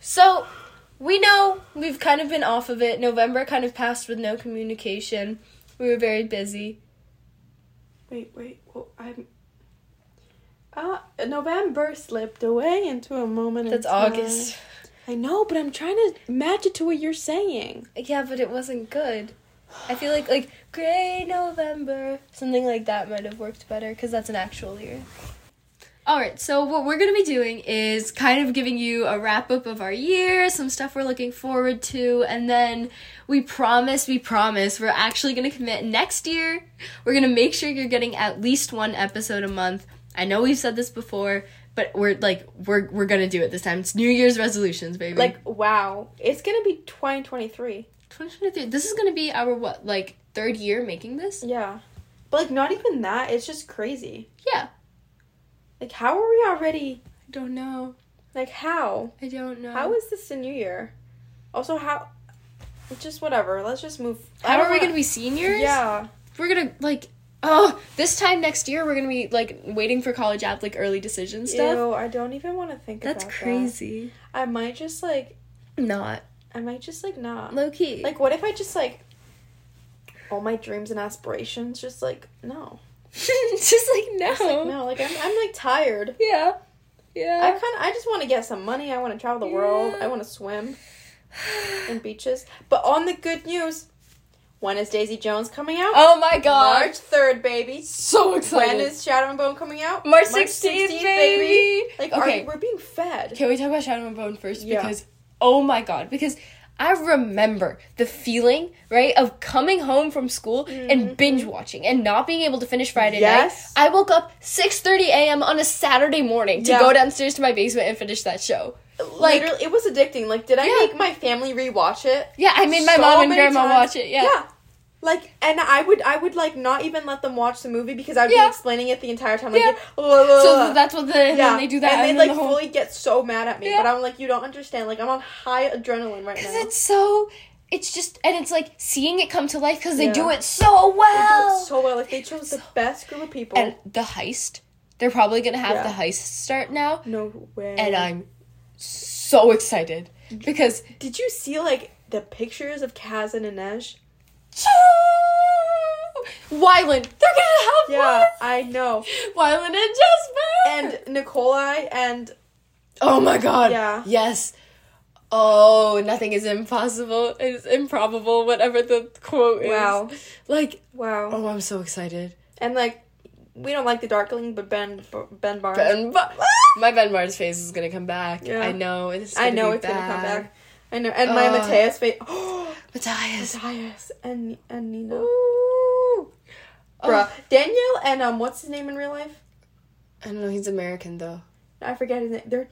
So we know we've kind of been off of it. November kind of passed with no communication. We were very busy. Wait, wait. Well, I'm. Uh, November slipped away into a moment. in That's time. August. I know, but I'm trying to match it to what you're saying. Yeah, but it wasn't good. I feel like like Gray November, something like that might have worked better because that's an actual year. All right, so what we're going to be doing is kind of giving you a wrap up of our year, some stuff we're looking forward to, and then we promise, we promise, we're actually going to commit next year. We're going to make sure you're getting at least one episode a month. I know we've said this before, but we're like we're we're going to do it this time. It's New Year's resolutions, baby. Like, wow. It's gonna be 2023. 2023. This is going to be our what like third year making this? Yeah. But, like, not even that. It's just crazy. Yeah. Like, how are we already. I don't know. Like, how? I don't know. How is this a new year? Also, how. Just whatever. Let's just move. How are we going to be seniors? Yeah. we're gonna like oh this time next year we're gonna be like waiting for college app like early decision stuff Ew, I don't even want to think that's about that. crazy I might just, like. not I might just, like, not. low-key Like, what if I just, like. All my dreams and aspirations, just, like, no. just like no, Just, like, no. Like, I'm, I'm, like, tired. yeah I yeah kind of, I just want to get some money. I want to travel the world. Yeah. I want to swim in beaches. But on the good news, when is Daisy Jones coming out? oh my god March third, baby. so When excited is Shadow and Bone coming out? March 16th, baby. Like, Okay. are you, we're being fed. Can we talk about Shadow and Bone first? Yeah. Because, oh my god, because I remember the feeling, right, of coming home from school and binge watching and not being able to finish Friday Mm-hmm. Yes. night. I woke up 6.30 a.m. on a Saturday morning to Yeah. go downstairs to my basement and finish that show. Like, Literally, it was addicting. Like, did I Yeah. make my family rewatch it? yeah, I made my so mom and many grandma times. watch it. Yeah. Yeah. Like and I would I would like not even let them watch the movie because I'd Yeah. be explaining it the entire time like Yeah. "La, la, la, So la." th- that's what the, and then they do that. And, And, they then like the whole, fully get so mad at me, Yeah. but I'm like, you don't understand. Like I'm on high adrenaline right Because now. it's so, it's just, and it's like seeing it come to life because they Yeah. do it so well. They do it so well. Like they chose the best group of people. and the heist, they're probably going to have Yeah. the heist start now. no way. and I'm so excited because Did you see like the pictures of Kaz and Inej? Wyland, they're gonna help Yeah, us. I know. Wyland and Jasper. And Nikolai and oh my god, Yeah. yes. Oh, nothing is impossible. It is improbable. Whatever the quote is. wow, Like, wow. oh, I'm so excited. And like, we don't like the Darkling, but Ben Ben Barnes. Ben, Bar- ah! my Ben Barnes face is gonna come back. Yeah. I know. It's I know be it's gonna come bad. back. I know. And my Ugh. Mateus face. Oh, Matthias. Matthias and and Nina. Ooh. Bruh. Oh, Daniel and um, what's his name in real life? I don't know. He's American though. I forget his name. They're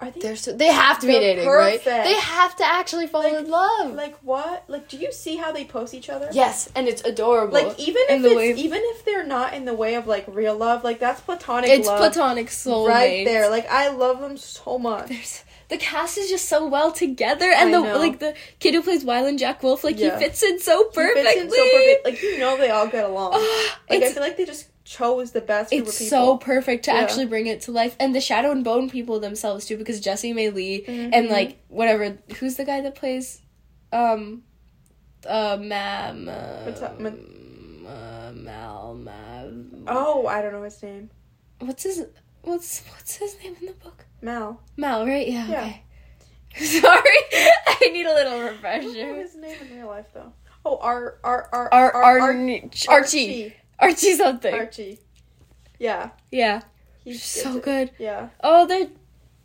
are they They're so they have to be They're dating, right? perfect. They have to actually fall Like- in love. like what? Like, do you see how they post each other? yes, and it's adorable. Like even And if the it's way- even if they're not in the way of like real love, like that's platonic it's love. platonic soulmates. right there. Like I love them so much. There's the cast is just so well together, and I the know. like the kid who plays Wyland Jack Wolf, like Yeah. he fits in so It perfectly. fits in so perfect. Like you know they all get along. Like I it's feel like they just chose the best group it's of so people. perfect to Yeah. actually bring it to life, and the Shadow and Bone people themselves too, because Jesse May Lee Mm-hmm. and like whatever who's the guy that plays, um, uh, Mam, What's up, Ma- uh, Mal, Mav, oh, I don't know his name. what's his what's what's his name in the book? Mal. Mal, right? Yeah. Yeah. Okay. Sorry, I need a little What's refresher. his name in real life though? Oh, our our our Ar- Ar- Archie. Archie. something. Archie. Yeah, Yeah. he's So good. Yeah, Oh, they're.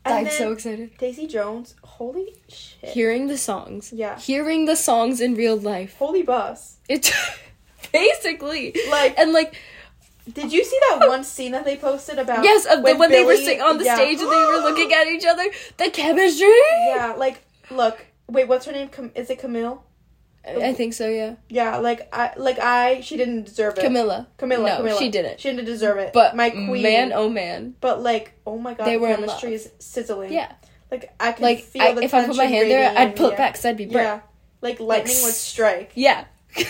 I'm And so then- excited. Daisy Jones. Holy shit. Hearing the songs. Yeah. Hearing the songs in real life. Holy bus. It's basically. Like- And like, Did you see that one scene that they posted about? yes, of the, when they were Billy- sitting on the yeah. stage and they were looking at each other, the chemistry. Yeah, like look. Wait, what's her name? Cam- is it Camille? I I think so, yeah. Yeah, like I, like I. She didn't deserve it. Camilla. Camilla. No, Camilla. she didn't. She didn't deserve it. But my queen. man, oh man. but like, oh my god, They the were in chemistry is sizzling. Yeah. Like I can Like, feel I, the if I put my tension hand there, I'd radiating, pull it yeah. back because I'd be burnt. Yeah. Like lightning would strike. Yeah.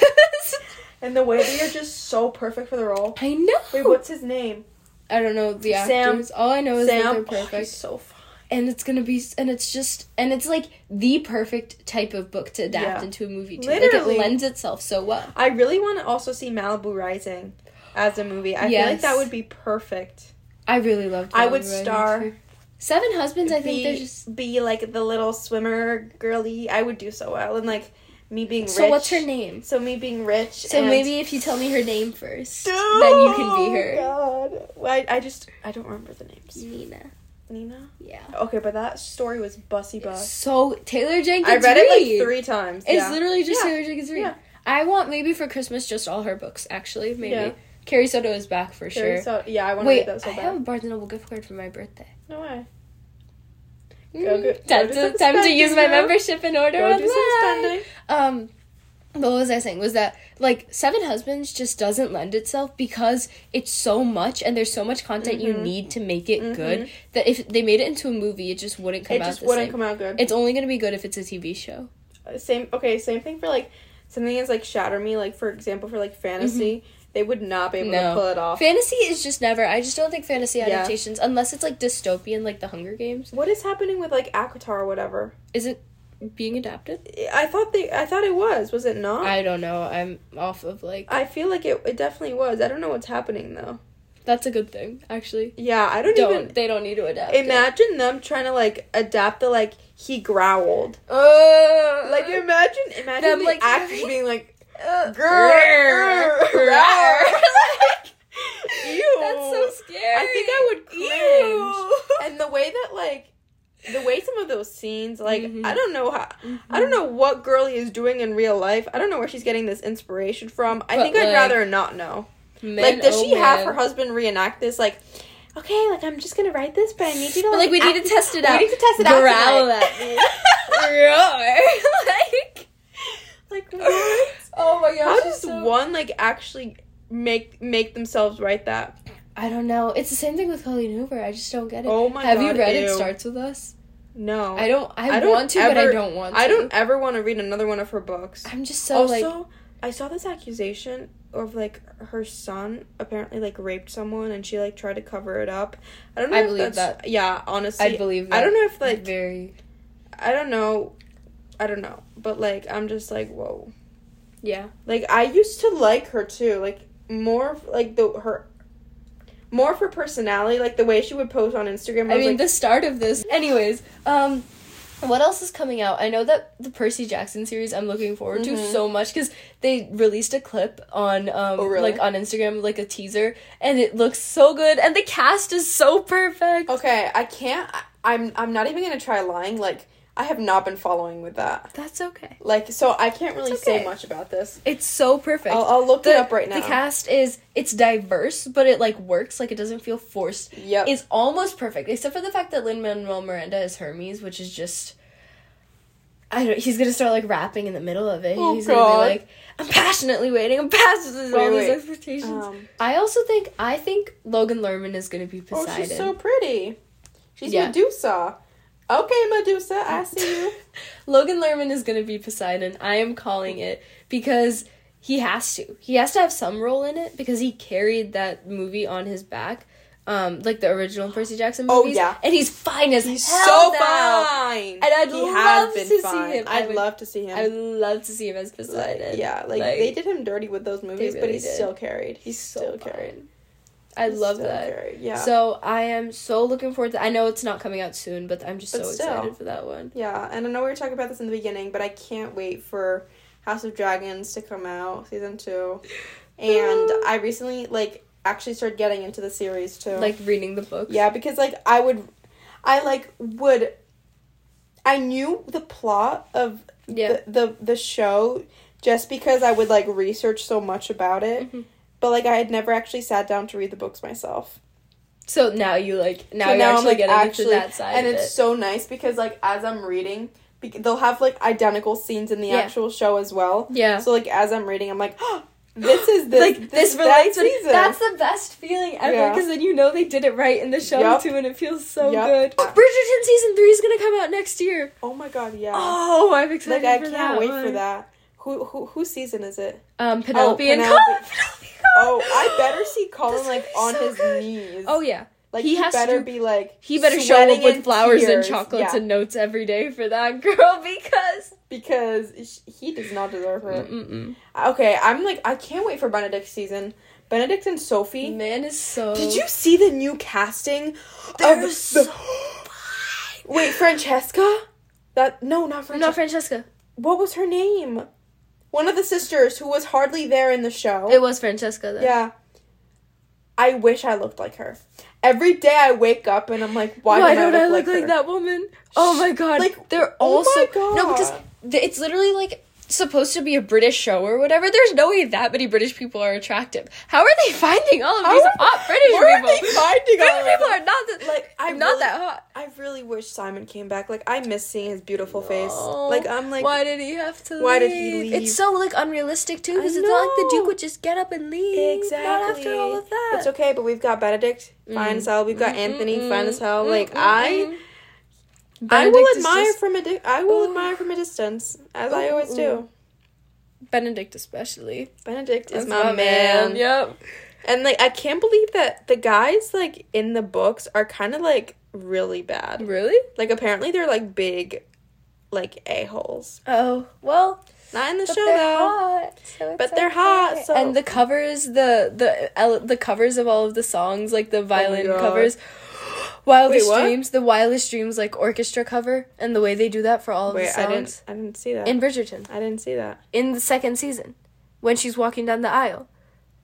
And the way they are just so perfect for the role. I know. Wait, what's his name? I don't know the Sam- actors. All I know is that Sam. they're Oh, he's perfect. so fun. and it's gonna be and it's just and it's like the perfect type of book to adapt Yeah. into a movie too. Literally. Like it lends itself so well. I really want to also see Malibu Rising as a movie. I feel like Yes. that would be perfect. I really loved. I Malibu would Rising, star- too. Seven Husbands. I think be, they're just. be like the little swimmer girly. I would do so well, and like me being So rich. what's her name? So me being rich. So and- maybe if you tell me her name first, Oh, then you can be her. God, Well, I, I just I don't remember the names. Nina. Nina. Yeah. Okay, but that story was bussy bus. So Taylor Jenkins. I read it Reid. like three times. It's yeah. literally just Yeah. Taylor Jenkins Reid. Yeah. I want maybe for Christmas just all her books. Actually, maybe Yeah. Carrie Soto is back for Very sure. So, yeah, I want to Wait, read that so I bad. have a Barnes and Noble gift card for my birthday. No way. Go Go, go- time to, go do some time to spending use my now. membership in order Go do some online. spending. Um, what was I saying? Was that like Seven Husbands just doesn't lend itself because it's so much and there's so much content Mm-hmm. you need to make it good that if they made it into a movie, it just wouldn't come It out. just the wouldn't same. come out good. It's only gonna be good if it's a TV show. same okay same thing for like something that's like shatter me like for example for like fantasy they would not be able to No. pull it off Fantasy is just never. I just don't think fantasy Yeah. adaptations, unless it's like dystopian, like The Hunger Games, what is happening with like akatar or whatever is it being adapted? i thought they i thought it was was it not i, I don't know. I'm off of like. feel like it, it definitely was i don't know what's happening though That's a good thing, actually. yeah i don't, Don't even they don't need to adapt? it. imagine them trying to like adapt the like he growled Oh, like imagine imagine Them, the like, actors being like uh, girl ew That's so scary. I think I would Ew. and the way that like the way some of those scenes like Mhm. i don't know how i don't know what girlie is doing in real life i don't know where she's getting this inspiration from i But, think i'd like, rather not know Man, like does she oh, have man. her husband reenact this like okay like i'm just gonna write this but i need you to But, like, like, we need act- to test it out. we need to test it Growl out at me. like what? oh my gosh. how it's does so- one like actually make make themselves write that I don't know. It's the same thing with Colleen Hoover. I just don't get it. Oh my Have God, you read It ew. Starts With Us? no I don't. I, I don't want to, but ever- I don't want to. i don't ever want to read another one of her books I'm just so also, like. I saw this accusation of like her son apparently like raped someone and she like tried to cover it up. I don't know I if believe that's yeah, honestly. I believe that. I don't know if like Very. I don't know I don't know. But like I'm just like, whoa. Yeah. Like I used to like her too. Like more of, like the her more of her personality, like the way she would post on Instagram. I, I was mean, like, the start of this. Anyways, um, what else is coming out? I know that the Percy Jackson series I'm looking forward to so much because they released a clip on, um, Mm-hmm. Oh, really? like on Instagram, like a teaser, and it looks so good, and the cast is so perfect. okay, I can't. I, I'm I'm not even gonna try lying. Like I have not been following with that. That's okay. Like so, I can't really It's say okay. much about this. It's so perfect. I'll, I'll look it up right now. The cast is it's diverse, but it like works. Like it doesn't feel forced. Yep. It's almost perfect, except for the fact that Lin Manuel Miranda is Hermes, which is just. I don't, he's gonna start like rapping in the middle of it. Oh, he's God. gonna be like, "I'm passionately waiting. I'm passionately Wait, all wait. these expectations." Um, I also think I think Logan Lerman is gonna be oh, Poseidon. she's so pretty. She's Yeah. Medusa. Okay, Medusa, I see you. Logan Lerman is gonna be Poseidon. I am calling it because he has to. He has to have some role in it because he carried that movie on his back, um, like the original Percy Jackson Oh, movies. yeah. and he's fine as He's hell so now. fine. And I'd love to see him. I I'd would- love to see him. I would love to see him as Like, Poseidon. yeah, like, they did him dirty with those movies, but really he's did. still carried. He's so still carried. fine. I He's love still that. Carried. Yeah. So I am so looking forward to. I know it's not coming out soon, but I'm just But so still. excited for that one. yeah, and I know we were talking about this in the beginning, but I can't wait for House of Dragons to come out season two. And I recently like actually started getting into the series too. Like reading the books. Yeah, because like I would, I like would. I knew the plot of Yeah. the, the the show just because I would like research so much about it, Mm-hmm. but like I had never actually sat down to read the books myself. So now you like now So you're actually getting into that side and of it's it. so nice because like as I'm reading, bec- they'll have like identical scenes in the Yeah. actual show as well. Yeah. So like as I'm reading, I'm like, this is this like this, is that relates. with- season. That's the best feeling ever Yeah. because then you know they did it right in the show Yup. too, and it feels so Yup. good. Bridgerton season three is gonna come out next year. oh my god, yeah. Oh, I'm like excited. I for can't that wait for one. that. Who who whose season is it? Um, Penelope and Penelope. Colin. Penelope and Colin. Oh, I better see Colin This like movie's on so his good. knees. Oh yeah, Like He he, has to better do- be like He better show sweating up with in flowers and tears. chocolates Yeah, and notes every day for that girl because. because sh- he does not deserve her. Mm-mm. Okay, I'm like I can't wait for Benedict season. Benedict and Sophie. Man is so. Did you see the new casting? They're of the- so Wait, Francesca? That no, not Francesca. No, Francesca. what was her name? One of the sisters who was hardly there in the show. It was Francesca though. yeah. I wish I looked like her. Every day I wake up and I'm like, why, Why, don't, I look, like, like, her? that woman? Oh my god! Like, they're oh all my so- no because God. th- it's literally like supposed to be a British show or whatever. There's no way that many British people are attractive. How are they finding all of How these are- hot British where people? are they finding all British of people them? are not th- Like, I not really- that hot. I really wish Simon came back. Like I miss seeing his beautiful face. No. Like I'm like why did he have to? why did he leave? It's so like unrealistic too, because I it's not like the Duke know. would just get up and leave. exactly Not after all of that. It's okay, but we've got Benedict, fine as hell. We've got Anthony, fine as hell. Like I I will Benedict is admire just- from a di- I will admire from a distance, as I always do. Benedict especially. Benedict is That's my, man. Yep. And like I can't believe that the guys like in the books are kind of like really bad. Really? Like apparently they're like big like a-holes. Oh well, Not in the but show they're though. hot. So it's But they're hot, okay. so- and the covers the the el- the covers of all of the songs like the violin Oh God. covers wildest Wait, what? dreams the wildest dreams like orchestra cover and the way they do that for all of the Wait, I didn't songs I didn't see that. in bridgerton I didn't see that. in the second season when she's walking down the aisle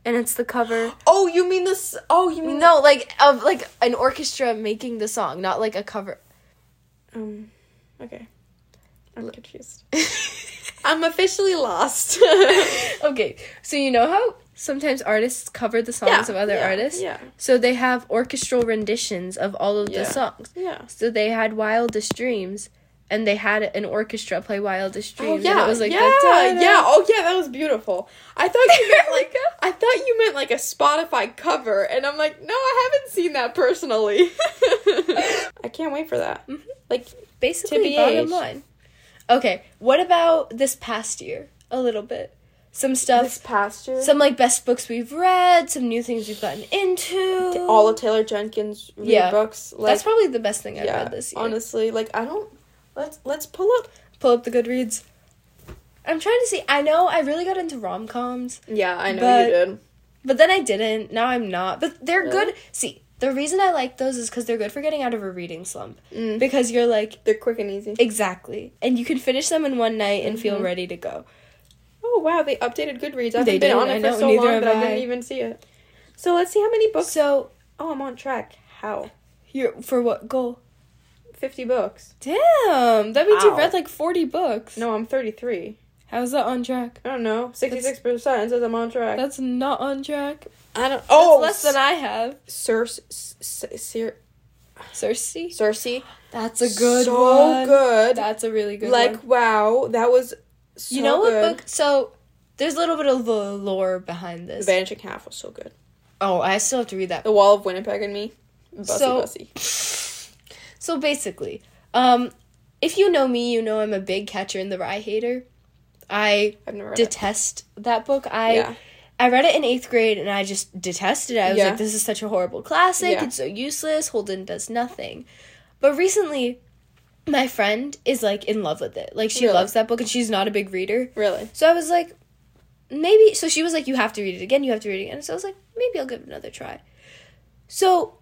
and it's the cover Oh, you mean this Oh, you mean no like of like an orchestra making the song not like a cover Um okay. I'm confused. I'm officially lost. okay so you know how sometimes artists cover the songs of other yeah, artists Yeah. so they have orchestral renditions of all of Yeah. the songs Yeah. So they had Wildest Dreams, and they had an orchestra play Wildest Oh Dreams. yeah, and it was like yeah, da-da-da. yeah. Oh yeah, that was beautiful. I thought you meant like Erica. I thought you meant like a Spotify cover, and I'm like, no, I haven't seen that personally. Mm-hmm. I can't wait for that. Like, To Basically, be bottom aged. line. Okay, what about this past year? A little bit, some stuff, this past year, some like best books we've read, some new things we've gotten into. all of Taylor Jenkins read Yeah. books. Like, that's probably the best thing I've yeah, read this year. honestly, like I don't. Let's let's pull up. Pull up the Goodreads. I'm trying to see. I know I really got into rom coms. Yeah, I know But- you did. But then I didn't. Now I'm not. But they're Really? good. See, the reason I like those is because they're good for getting out of a reading slump. Mm. Because you're like, They're quick and easy. exactly. And you can finish them in one night and Mm-hmm. feel ready to go. Oh wow, they updated Goodreads. I've They did, been on I it for know, so neither long have that I. I. didn't even see it. So let's see how many books. So, Oh, I'm on track. How? you're, for what goal? Fifty books. Damn, that means you Ow. read like 40 books. No, I'm 33. How's that on track? I don't know. 66% says I'm on track. That's not on track. I don't. Oh, Oh, less than I have. Circe, Circe, Cersei. Cersei. That's a good so one. good. That's a really good like one. wow, that was. So you know what good. book? So, there's a little bit of the lore behind this. The Vanishing Half was so good. oh, I still have to read that The Wall of Winnipeg and Me. Bussy, So- bussy. So basically, um, if you know me, you know I'm a big Catcher in the Rye hater. I I've never read it. detest that book. I Yeah. I read it in eighth grade and I just detested it. I was Yeah. like, this is such a horrible classic. Yeah. It's so useless. Holden does nothing. But recently, my friend is like in love with it. Like she Really? loves that book and she's not a big reader. Really? So I was like, maybe. So she was like, you have to read it again. You have to read it again. So I was like, maybe I'll give it another try. So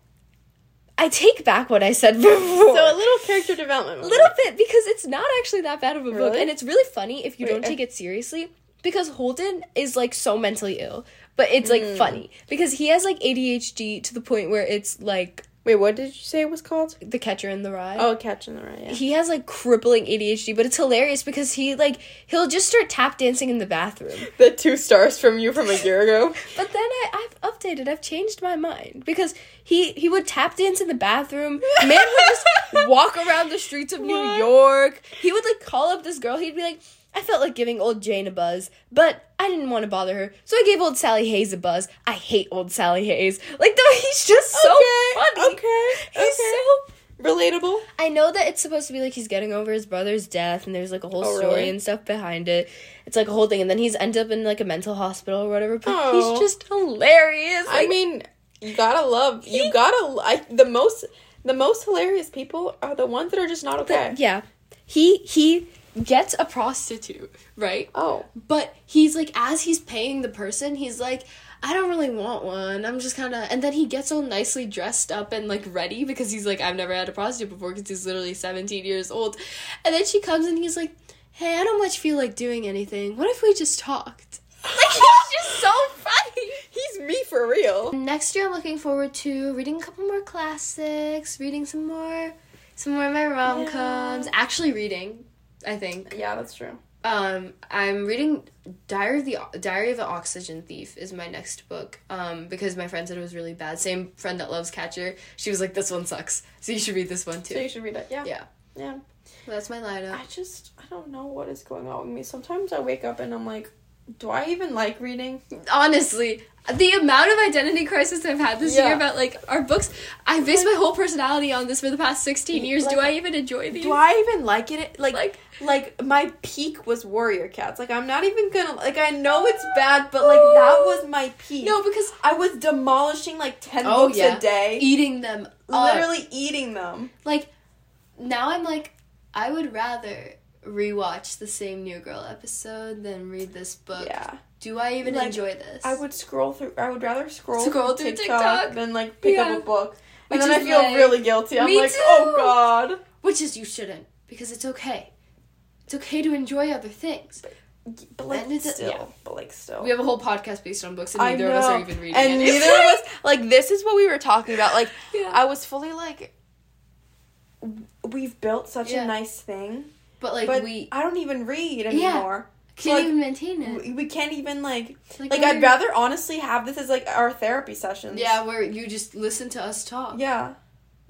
I take back what I said before. So a little character development. moment. little bit because it's not actually that bad of a book, Really? and it's really funny if you Wait, don't I- take it seriously. Because Holden is like so mentally ill, but it's Hmm. like funny because he has like ADHD to the point where it's like Wait, what did you say it was called? the catcher in the rye Oh, Catching the Rye. Yeah. he has like crippling ADHD, but it's hilarious because he like he'll just start tap dancing in the bathroom. the two stars from you from a year ago. But then I, I've updated. I've changed my mind because he he would tap dance in the bathroom. Man would just walk around the streets of New What? York. He would like call up this girl. He'd be like, I felt like giving old Jane a buzz, but I didn't want to bother her, so I gave old Sally Hayes a buzz. I hate old Sally Hayes. Like though he's just so funny. Okay. He's okay. so relatable. I know that it's supposed to be like he's getting over his brother's death and there's like a whole Oh, story really? and stuff behind it. It's like a whole thing and then he's end up in like a mental hospital or whatever, but Oh. he's just hilarious. I Like, mean, You gotta love. You gotta. I, the most. The most hilarious people are the ones that are just not okay. Yeah. He he gets a prostitute, right? Oh, But he's like as he's paying the person, he's like I don't really want one. I'm just kind of and then he gets all nicely dressed up and like ready because he's like I've never had a prostitute before cuz he's literally 17 years old. And then she comes and he's like, "Hey, I don't much feel like doing anything. What if we just talked?" Like he's just so funny. he's me for real. Next year, I'm looking forward to reading a couple more classics, reading some more, some more of my rom coms. Actually, reading, I think. Yeah, that's true. Um, I'm reading Diary of the Diary of an Oxygen Thief is my next book. Um, because my friend said it was really bad. Same friend that loves Catcher. She was like, "This one sucks, so you should read this one too." So you should read it. Yeah. yeah, Yeah. Well, that's my lineup. I just I don't know what is going on with me. Sometimes I wake up and I'm like, do I even like reading? honestly the amount of identity crisis i've had this Yeah. year about like our books i based my whole personality on this for the past 16 years do Like, i even enjoy these Do I even like it? Like Like- like like my peak was Warrior Cats. Like I'm not even gonna like I know it's bad, but like that was my peak. no because I was demolishing like ten Oh, books yeah. a day. eating them up. Literally eating them. like now i'm like i would rather rewatch the same new girl episode than read this book Yeah. do i even Like, enjoy this I would scroll through I would rather scroll, Scroll through through TikTok, TikTok. than like pick Yeah. up a book. Which and then I is feel like- really guilty. I'm Me like, too. oh god. which is you shouldn't because it's okay it's okay to enjoy other things But like And it's- still. yeah. But like still. we have a whole podcast based on books and I neither of us are know. even reading and it neither of us like this is what we were talking about like Yeah. i was fully like w- we've built such Yeah. a nice thing but like but we i don't even read Yeah. anymore can't like, even maintain it we, we can't even like like, when i'd you're- rather honestly have this as like our therapy sessions Yeah, where you just listen to us talk. yeah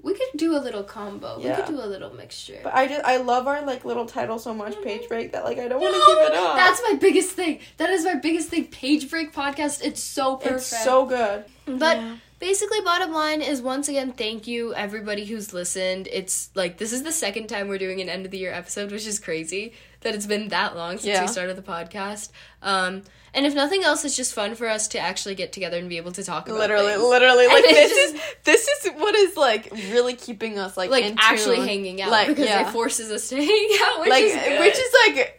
We could do a little combo. We Yeah. could do a little mixture. but i just i love our like little title so much page break that like i don't want Mm-hmm. No, to give it up That's my biggest thing. That is my biggest thing. Page break podcast. It's so perfect. it's so good But Yeah. basically, bottom line is once again, thank you everybody who's listened. It's like this is the second time we're doing an end of the year episode, which is crazy that it's been that long since Yeah. we started the podcast. Um, and if nothing else, it's just fun for us to actually get together and be able to talk about literally things. literally And like it's this just- is this is what is like really keeping us like like in actually tune. hanging out Like, because yeah. it forces us to hang out, which like is good. which is like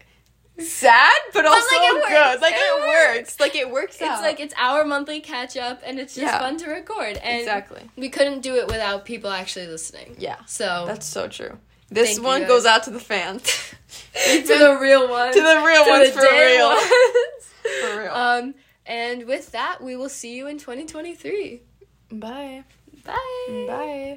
sad but, also it works. good like It it, works. works. like it works it's out. like it's our monthly catch up and it's just Yeah. fun to record and Exactly. we couldn't do it without people actually listening yeah so that's so true this Thank you, one guys. goes out to the fans to the real ones to the real to ones the for dead real ones. For real. um and with that we will see you in 2023 bye bye bye